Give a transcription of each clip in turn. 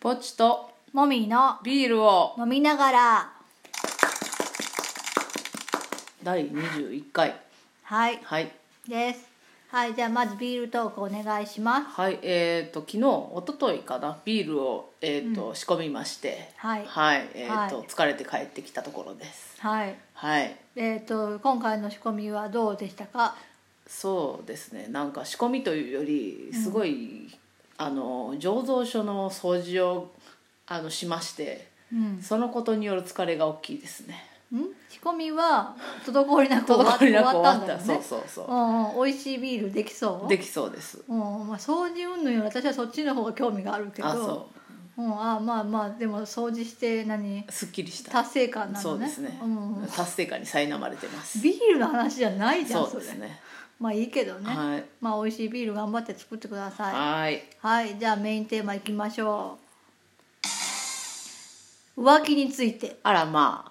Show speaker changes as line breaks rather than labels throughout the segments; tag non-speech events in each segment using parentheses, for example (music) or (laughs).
ポチと
もみの
ビールを
飲みながら
第21回
はい
はい
ですはいじゃあまずビールトークお願いします
はいえー、と昨日一昨日かなビールを、えーと仕込みまして
はい
えーと
はい
疲れて帰ってきたところです
はい
はい
えっ、と今回の仕込みはどうでしたか
そうですねなんか仕込みというよりすごい、あの醸造所の掃除をあのしまして
うん
そのことによる疲れが大きいですね
ん仕込みは滞りなく終わ
(laughs) 滞りなく終わ
終
っ
わ
た
ったんだ
そ
よ
う
ね
そうそう
うんうん美味しいビールできそう
できそうです
うんまあ、掃除云々より私はそっちの方が興味があるけど、
あそう
ん、あまあまあでも掃除して何
すっきりした
達成感なのね
そうですね、
うん、
達成感に苛まれてます
ビールの話じゃないじゃん
そうです
れ
ね
まあいいけどね、
はい
まあ美味しいビール頑張って作ってください
はい
はいじゃあメインテーマいきましょう浮気について
あらま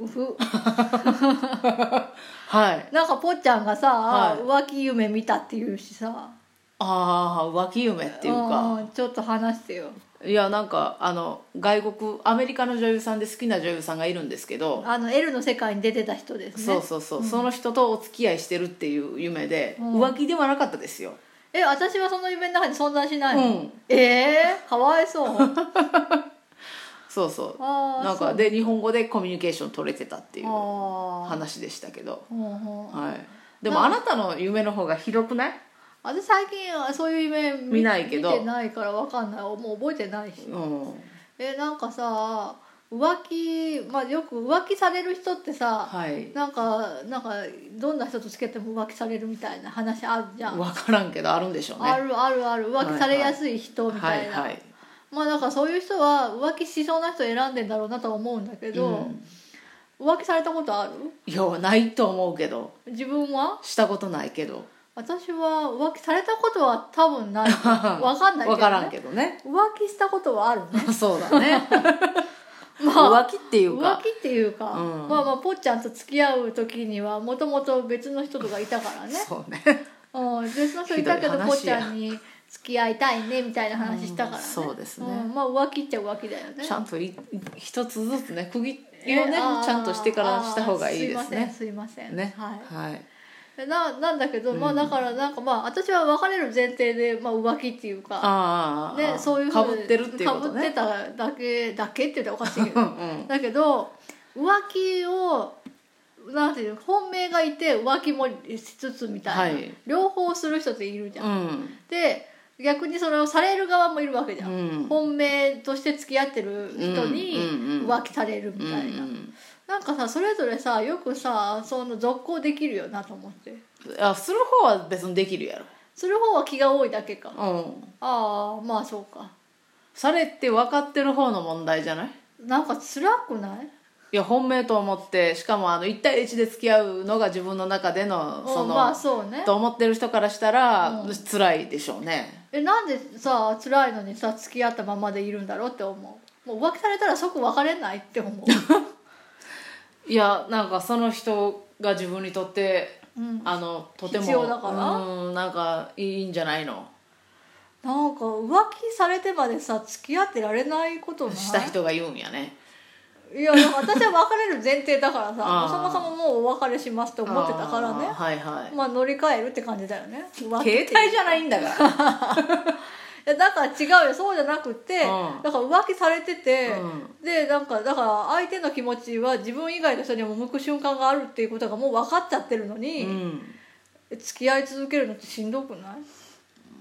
うふ
あはい
なんかぽっちゃんがさ、
はい
浮気夢見たっていうしさ
ああ浮気夢っていうか
んちょっと話してよ
いやなんかあの外国アメリカの女優さんで好きな女優さんがいるんですけど、
あの L の世界に出てた人ですね
そうそうそう、その人とお付き合いしてるっていう夢で、
うん
浮気ではなかったですよ
え私はその夢の中に存在しない
う
の、
ん
ええかわいそう
そうそう
あー
(laughs) なん
そ
か
う
で日本語でコミュニケーション取れてたっていう
あー
話でしたけど、
ほんほん
はい、でもあなたの夢の方がひどくない
私最近はそういう夢見
見ないけど
見てないからわかんないもう覚えてないし
うん
えなんかさ浮気まあよく浮気される人ってさ、
はい
なんかなんかどんな人とつけても浮気されるみたいな話あるじゃん、
分からんけどあるんでしょうね
あるあるある浮気されやすい人み
は
たい
い
な、
はい
まあなんかそういう人は浮気しそうな人選んでんだろうなとは思うんだけど、浮気されたことある
いやないと思うけど
自分は
したことないけど
私は浮気されたことは多分
(laughs)
ないわかんないけど、ね、
分からんけどね (laughs)
浮気したことはあるね
そうだね
(laughs)
浮気っていう
浮
か
気っていうか、
うん
まあまあぽっちゃんと付き合う時にはもともと別の人とかいたからね、
そうね
うん、別の人いたけ
ひどい話
ど
や
ぽっちゃんに付き合いたいねみたいな話したからね、
うんそうですね
んまあ浮気っちゃ浮気だよね
ちゃんとい一つずつね区切り
え
をね
あー
ちゃんとしてからした方がいいです
あー
ね
すいませんすいません、
ね
はい
はい
でななんだけど、まあだからなんかまあ私は別れる前提で、まあ、浮気っていうか、
あーあーあ
ね、
ー
そういうふ
か
う
ぶ
に
ってるっていうこと
かぶって
ね
ただけだけって言ったらおかしいけ
う
ど
んうん
だけど浮気をなんていうの本命がいて浮気もしつつみたいな、
はい
両方する人っているじゃん。
うん
で逆にそれをされる側もいるわけじゃん、
うん
本命として付き合ってる人に
うんうんうん
浮気されるみ
うん
たいな、
うん
なんかさそれぞれさよくさその続行できるよなと思って
あする方は別にできるや
する方は気が多いだけかあ
ろうん
あまあそうか
されって分かってる方の問題じゃない
なんか辛くない
いや本命と思ってしかもあの1対1で付き合うのが自分の中でのその、
うんまあそうね
と思ってる人からしたら、辛いでしょうね
えなんでさ辛いのにさ付き合ったままでいるんだろうって思うもう浮気されたら即別れないっ
(laughs)
て思う
いやなんかその人が自分にとって、
うん
あのとても
必要だから
うんなんかいいんじゃないの
なんか浮気されてまでさ付き合ってられないことない
した人が言うんやね
いやでも私は別れる前提だから
あ
さ
ー
そもそももうお別れしますって思ってたから
あー
ね
はいはい、
まあ乗り換えるって感じだよね浮気
携帯じゃないんだから
(laughs) いやだから違うよそうじゃなくて、
うん
だから浮気されてて、
う
でなんかだから相手の気持ちは自分以外の人にも向く瞬間があるっていうことがもう分かっちゃってるの
う
に、
ん、
付き合い続けるのってしんどくない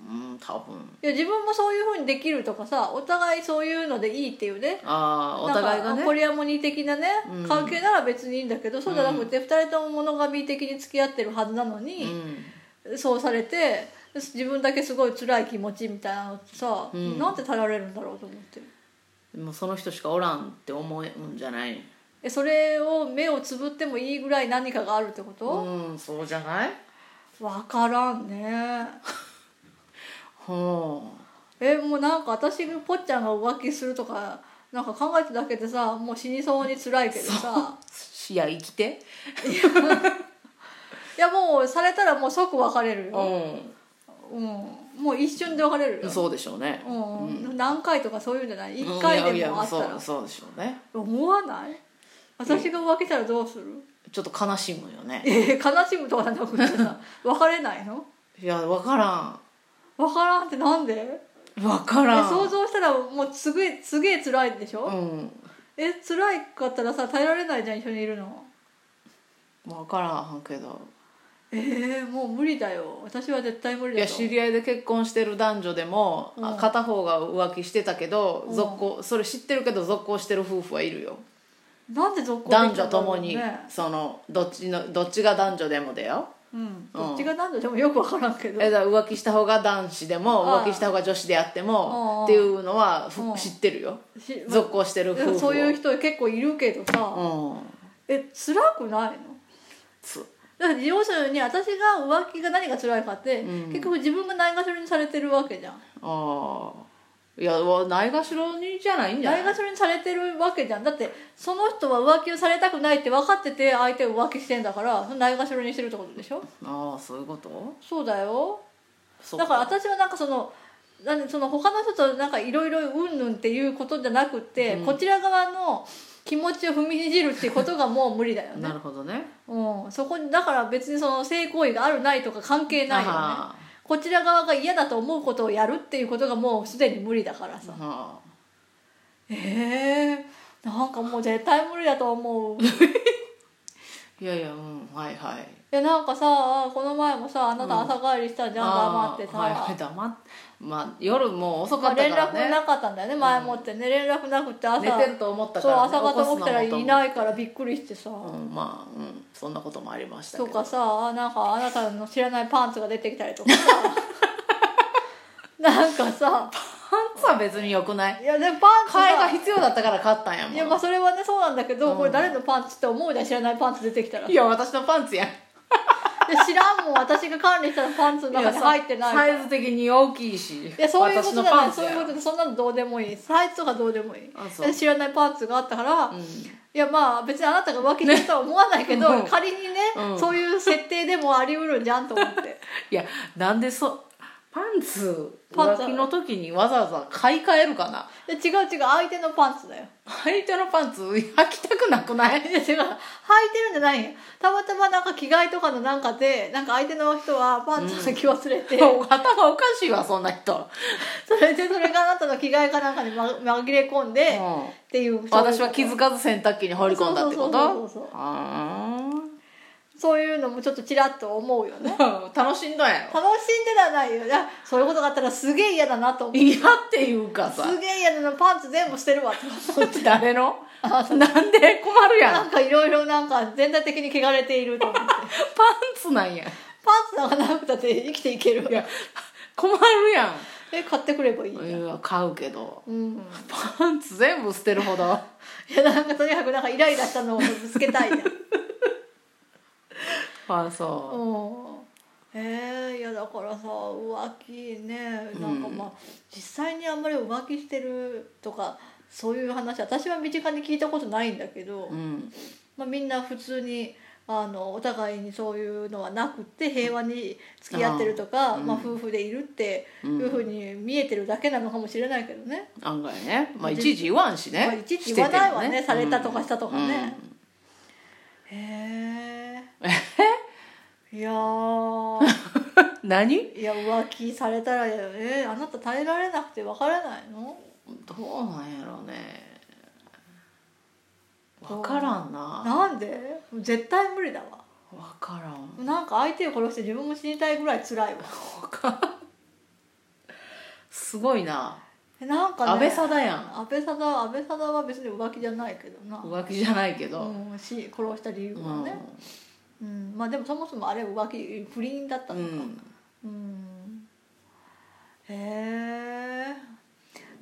うん、多分
いや自分もそういうふうにできるとかさお互いそういうのでいいっていうね
ああお互いが
なん
ね
かポリアモニー的なね、
うん
関係なら別にいいんだけどそうじゃなくて、二人とも物神的に付き合ってるはずなの
う
に、
ん
そうされて自分だけすごい辛い気持ちみたいなのってさ、
うん
なんて耐えられるんだろうと思って
もうその人しかおらんって思うんじゃない
えそれを目をつぶってもいいぐらい何かがあるってこと、
うんそうじゃない
わ分からんね
ほ
えもうなんか私ぽっちゃんが浮気するとかなんか考えただけでさもう死にそうに辛いけどさ
ういや生きて
いやもうされたらもう即別れる
う
よ、
ん
うんもう一瞬で別れるよ
そうでしょうね
うん
う
何回とかそういうんじゃない一回
い
で
やい
も
や
あった
そ
ら
うそうでしょうね
思わない私が浮気したらどうする
ちょっと悲しむよね
えー悲しむとかじゃなくて
(laughs)
さ別れないの
いや分から
分からんってなんで
ん分からん
え想像したらもうすげえすげえ辛いでしょ、
うん
え辛いかったらさ耐えられないじゃん一緒にいるの
分からんけど
えー、もう無理だよ私は絶対無理
い
だ
や
と
知り合いで結婚してる男女でも、
うん
片方が浮気してたけど、
うん
続行それ知ってるけど続行してる夫婦はいるよ
なんで続行できた
男
んだ
女
ろう
ともに、
ね
そのどっちのどっちが男女でもだよ
うん、どっちが男女でもよく分からんけど
えだから浮気した方が男子でも
ああ
浮気した方が女子であって
ああ
もっていうのはふ
うん
知ってるよ
しま
続行してる夫婦を
そういう人結構いるけどさ、
うん
え辛くないの
つ
だって要するに私が浮気が何が辛いかって、
うん
結局自分がないがしろにされてるわけじゃん
ああいやわないがしろにじゃないんじゃな
ない
い
がしろにされてるわけじゃんだってその人は浮気をされたくないって分かってて相手を浮気してんだからそのないがしろにしてるってことでしょ
ああそういうこと
そうだよ
そっ
だから私はなんかそのなんでその他の人となんかいろいろうんぬんっていうことじゃなくて、こちら側の気持ちを踏みにじるっていうことがもう無理だよね
なるほどね
うん、そこにだから別にその性行為があるないとか関係ないよね
あ
こちら側が嫌だと思うことをやるっていうことがもうすでに無理だから
あ
さ
あ
ええー、なんかもう絶対無理だと思うい
あいやいやうんはいはい
やなんかさこの前もさあなた朝帰りしたじゃん、黙ってさ、
ああはいはい黙ってまあ夜もう遅
ま
か
あ、
った
連
から
絡
ね
なかったんだよね前もってね連絡なくて朝
寝てると思った
そ
か
う
ら、ね、
朝方起きたら
起こ
い
すのも
ないからびっくりしてさ、
と思ううんまあうんそんなこともありましたけ
と
ど
かさなんかあなたの知らないパンツが出てきたりと
(laughs)
かさなんかさ
パンツは別に良くない
いやでも
買い
パ
が
ンツ
必要だったから買ったんやもん
がいやまあそれはねそうなんだけど、
うん
これ誰のパンツって思うじゃん知らないパンツ出てきたら
い
で
や私のパンツやん
知らんもん私が管理したパンツの中に入ってないか
サ
ら
イズ的に大きいし
いやそういうことじゃ
私の
な
パ
い
ンツ
そう
や
いうことでそんなのどうでもいいサイズとかどうでもいい
あそう
で知らないパンツがあったから、
うん
いやまあ別にあなたが浮気してるとは思わないけど、
ねうん
仮にね、
うん
そういう設定でもありうるんじゃんと
(laughs)
思って
いやなんでそパンツ
パンツ
浮気の時にわざわざ買い替えるかな
で違う違う相手のパンツだよ
相手のパンツ履きたくなくない
いや違う履いてるんじゃないんよたまたまなんか着替えとかのなんかでなんか相手の人はパンツの着忘れて、
頭がおかしいわそんな人、
それでそれがあなたの着替えかなんかにま紛れ込んで、
う
っ
ん
ていうそういう
私は気づかず洗濯機に放り込んだってこと
そうそうそうそうそう
あ
そういうのもちょっとちらっと思うよね
ー楽しんだんやろ
楽しんではないよいやそういうことがあったらすげえ嫌だなと思う
嫌っていうかさ
すげえ嫌だなパンツ全部捨てるわと思って
誰のなんで困るやん
なんかいろいろなんか全体的に汚れていると
(laughs)
思ってパン
パンツなんや
ツなんかなくたって生きていける
いや困るやん
え買ってくればいいじゃん
いや買うけど
うん、
パンツ全部捨てるほど (laughs)
いやなんかとにかくなんかイライラしたのをぶつけたいじゃん
あそう
うんえー、いやだからさ浮気ねなんかまあ、実際にあんまり浮気してるとかそういう話私は身近に聞いたことないんだけど、
うん
まあ、みんな普通にあのお互いにそういうのはなくって平和に付き合ってるとか
あーうん
まあ、夫婦でいるっていうふうに見えてるだけなのかもしれないけどね、
案外ねまあいちいち言わんしね、
まあ、いちいち言わないわ
し
ね
て
さ
ても
れたとかしたとかね、
うん
へえいやー
うん何
いや浮気されたらだよねあなた耐えられなくて別れないの
どうなんやろうね分からんな
なんで絶対無理だわ
分からん
なんか相手を殺して自分も死にたいぐらい辛いわ
すごいな
えなんかね
安倍貞やん
安倍貞安倍貞は別に浮気じゃないけどな、
浮気じゃないけど、
うん、し殺した理由
うん
はね、うんまあでもそもそもあれ浮気不倫だった
う
のか
ん
うんへ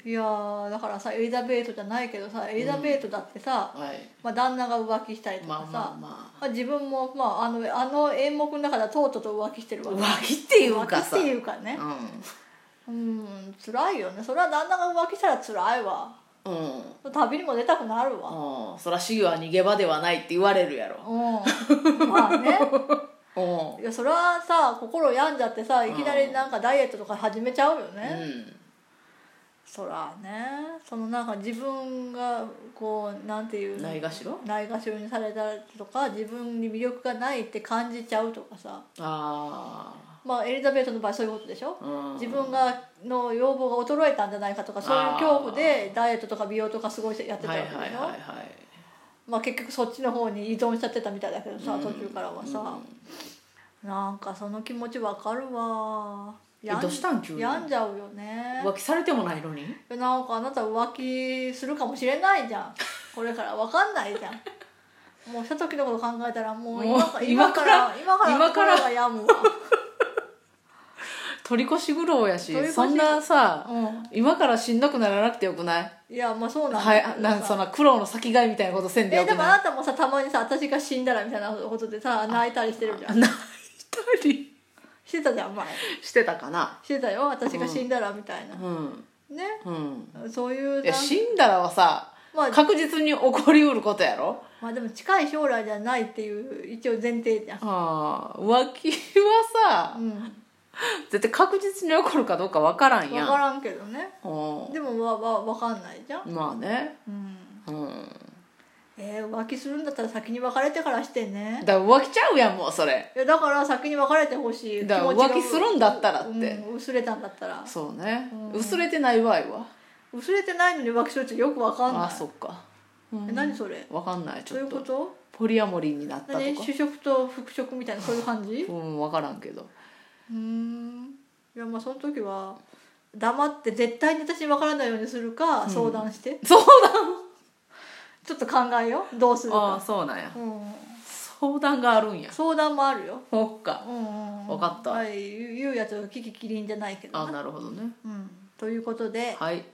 えいやーだからさエリザベートじゃないけどさエリザベートだってさ、
はい
まあ、旦那が浮気したりと
ま
か
あ
さ、
まあま
まあ自分も、まあ、あのあの演目の中ではとうとうと浮気してるわ
あ浮気っていうかさ
浮気っていうかねうん辛いよねそれは旦那が浮気したら辛いわ
うん、うん
旅にも出たくなるわ
うんそら死は逃げ場ではないって言われるやろ
うんまあね
おう
いやそれはさ心病んじゃってさいきな
う
り
ん
なんかダイエットとか始めちゃうよね、
うん
そらねそのなんか自分がこうなんていうの
ないがしろ
ないがしろにされたりとか自分に魅力がないって感じちゃうとかさ
あ
まあエリザベートの場合そういうことでしょ
あ、うん、
自分がの要望が衰えたんじゃないかとかそういう恐怖でダイエットとか美容とかすごいやってたわ
はい
け
は
で
い
しょ、
はいはい
まあ、結局そっちの方に依存しちゃってたみたいだけどさ、
うん
途中からはさ、
う
なんかその気持ちわかるわ
えどうしたん急に
病んじゃうよね
ん浮気されてもないのに
なんかあなた浮気するかもしれないじゃんこれからわかんないじゃん
(laughs)
もうした時のこと考えたらもう
もう
今か
今
今
か
からら今から
今から
心が病むわ、
取り越し苦労やし
取り越し
そんなさ
う
今からしんどくならなくてよくない
ん、いやまあそうなん
は
だけ
い
どさ
なんその苦労の先がいみたいなことせんでよ
え
く
でもあ
な
ないたもさたまにさ私が死んだらみたいなことでさ泣いたりしてるじゃん
泣いたり
してたじゃん前
してたかな
してたよ私が死んだらみたいな、
うん
ね
うん
そういう
いや
なん
死んだらはさ
まあ、
確実に起こりうることやろ
まあでも近い将来じゃないっていう一応前提じゃん、
ああ浮気はさ
うん、
(laughs) 絶対確実に起こるかどうかわからん
分
やん
からんけどね
う
でもわわ分かんないじゃん、
んまあね
うん、
うん
えー浮気するんだったら先に別れてからしてね
だから浮気ちゃうやんもうそれ
いやだから先に別れてほしい
だから
気持ちが
浮気するんだったらって
うん薄れたんだったら
そうね
うん
薄れてない場合は
薄れてないのに浮気するってよく分かんない
あそっか、うん
え何それ
わかんないち
そうい
ょっ
うことと
ポリアモリーになったとか
何主食と副食みたいなそういう感じう
うんわからんけど
ーんいやまあその時は黙って絶対に私に分からないようにするか相談して、
そう
(laughs) ちょっと考えようどうする
ああ
か、
そうなんや
うん、
相談があるんや
相談もあるよ、
そっか
うんうんうん
わかった
はい、言う言うやつはキキキリンじゃないけど
あ
な
なるほどね
うん、ということで
はい